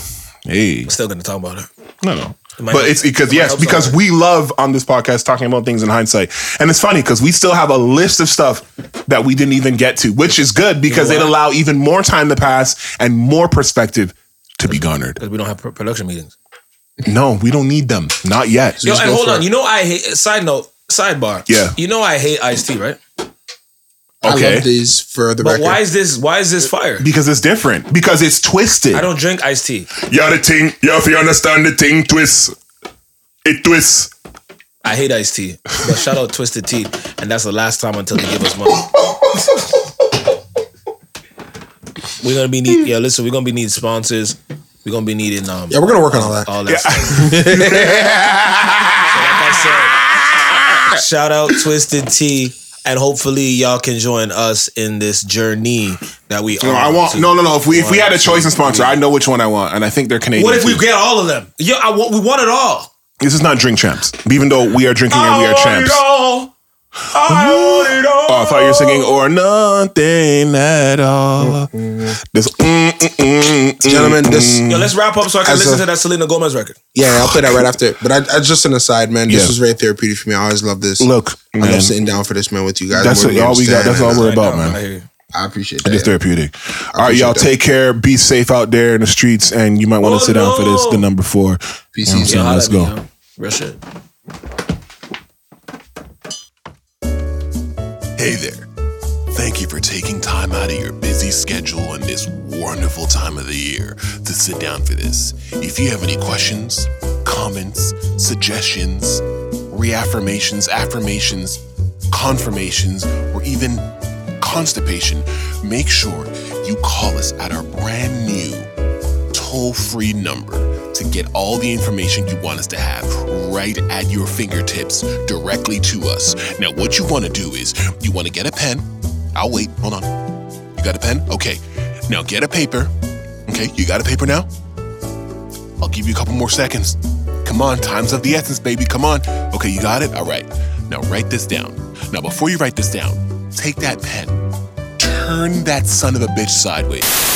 S1: Hey.
S2: Still gonna talk about it.
S1: No, no.
S2: might
S1: But
S2: help-
S1: it's because
S2: it might
S1: yes,
S2: help
S1: because
S2: somebody.
S1: we love on this podcast talking about things in hindsight, and it's funny because we still have a list of stuff that we didn't even get to, which is good because
S2: You know
S1: it
S2: what?
S1: allow even more time to pass and more perspective to be garnered.
S2: because we don't have pro- production meetings.
S1: No, we don't need them, not yet.
S2: Yo, and
S3: go
S2: hold
S3: for
S2: on.
S3: it.
S2: You know I hate. Side note, sidebar.
S1: Yeah.
S2: You know I hate Ice T, right?
S3: I
S1: Okay,
S3: love these for the
S2: But
S3: record.
S2: why is this? Why is this fire?
S1: because it's different, because it's twisted.
S2: I don't drink iced tea.
S1: You're the thing. Yo, if you understand the thing, twist. It twists.
S2: I hate iced tea. But shout out Twisted Tea, and that's the last time until they give us money. we're gonna be need. Yeah, listen, we're gonna be needing sponsors. We're gonna be needing um.
S3: yeah, we're gonna work on all that.
S2: all that. Stuff. so like I said, shout out Twisted Tea. and hopefully y'all can join us in this journey that we
S6: No,
S2: are.
S6: I want
S2: to-
S6: no, no, no. If we if we had a choice in sponsor, I know which one I want, and I think they're Canadian.
S2: What if we
S6: too.
S2: get all of them? Yeah, I want, we want it all.
S6: This is not drink champs, even though we are drinking and we are champs.
S2: all.
S6: Oh, I thought you were singing or nothing at all. This mm, mm, mm, mm,
S3: Gentlemen, this
S2: Yo, let's wrap up so I can
S3: As
S2: listen
S3: a-
S2: to that Selena Gomez record.
S3: yeah, I'll play that right after. But I, I just an aside, man. This
S6: Yeah.
S3: was very therapeutic for me. I always love this.
S6: Look,
S3: I
S6: man,
S3: love sitting down for this man with you guys.
S6: That's
S3: more
S6: what-
S3: than you
S6: all we got- that's
S3: understand,
S6: all
S3: and
S6: we're
S3: I-
S6: about.
S2: No,
S6: man.
S2: I hear you.
S3: I appreciate
S6: it is
S3: that. yeah.
S6: therapeutic. All right, y'all
S3: that.
S6: take care. Be safe out there in the streets, and you might want
S2: Oh,
S6: to sit down for this.
S2: no.
S6: The number four.
S3: Peace,
S6: You know what I'm
S3: easy.
S6: saying? Let's go.
S2: holla at me, yo. Real shit.
S1: Hey there. Thank you for taking time out of your busy schedule on this wonderful time of the year to sit down for this. If you have any questions, comments, suggestions, reaffirmations, affirmations, confirmations, or even constipation, make sure you call us at our brand new toll free number to get all the information you want us to have right at your fingertips directly to us. Now, what you want to do is you want to get a pen. I'll wait. Hold on. You got a pen? Okay. Now get a paper. Okay. You got a paper now? I'll give you a couple more seconds. Come on, time's of the essence, baby. Come on. Okay, you got it? All right. Now write this down. Now, before you write this down, take that pen, turn that son of a bitch sideways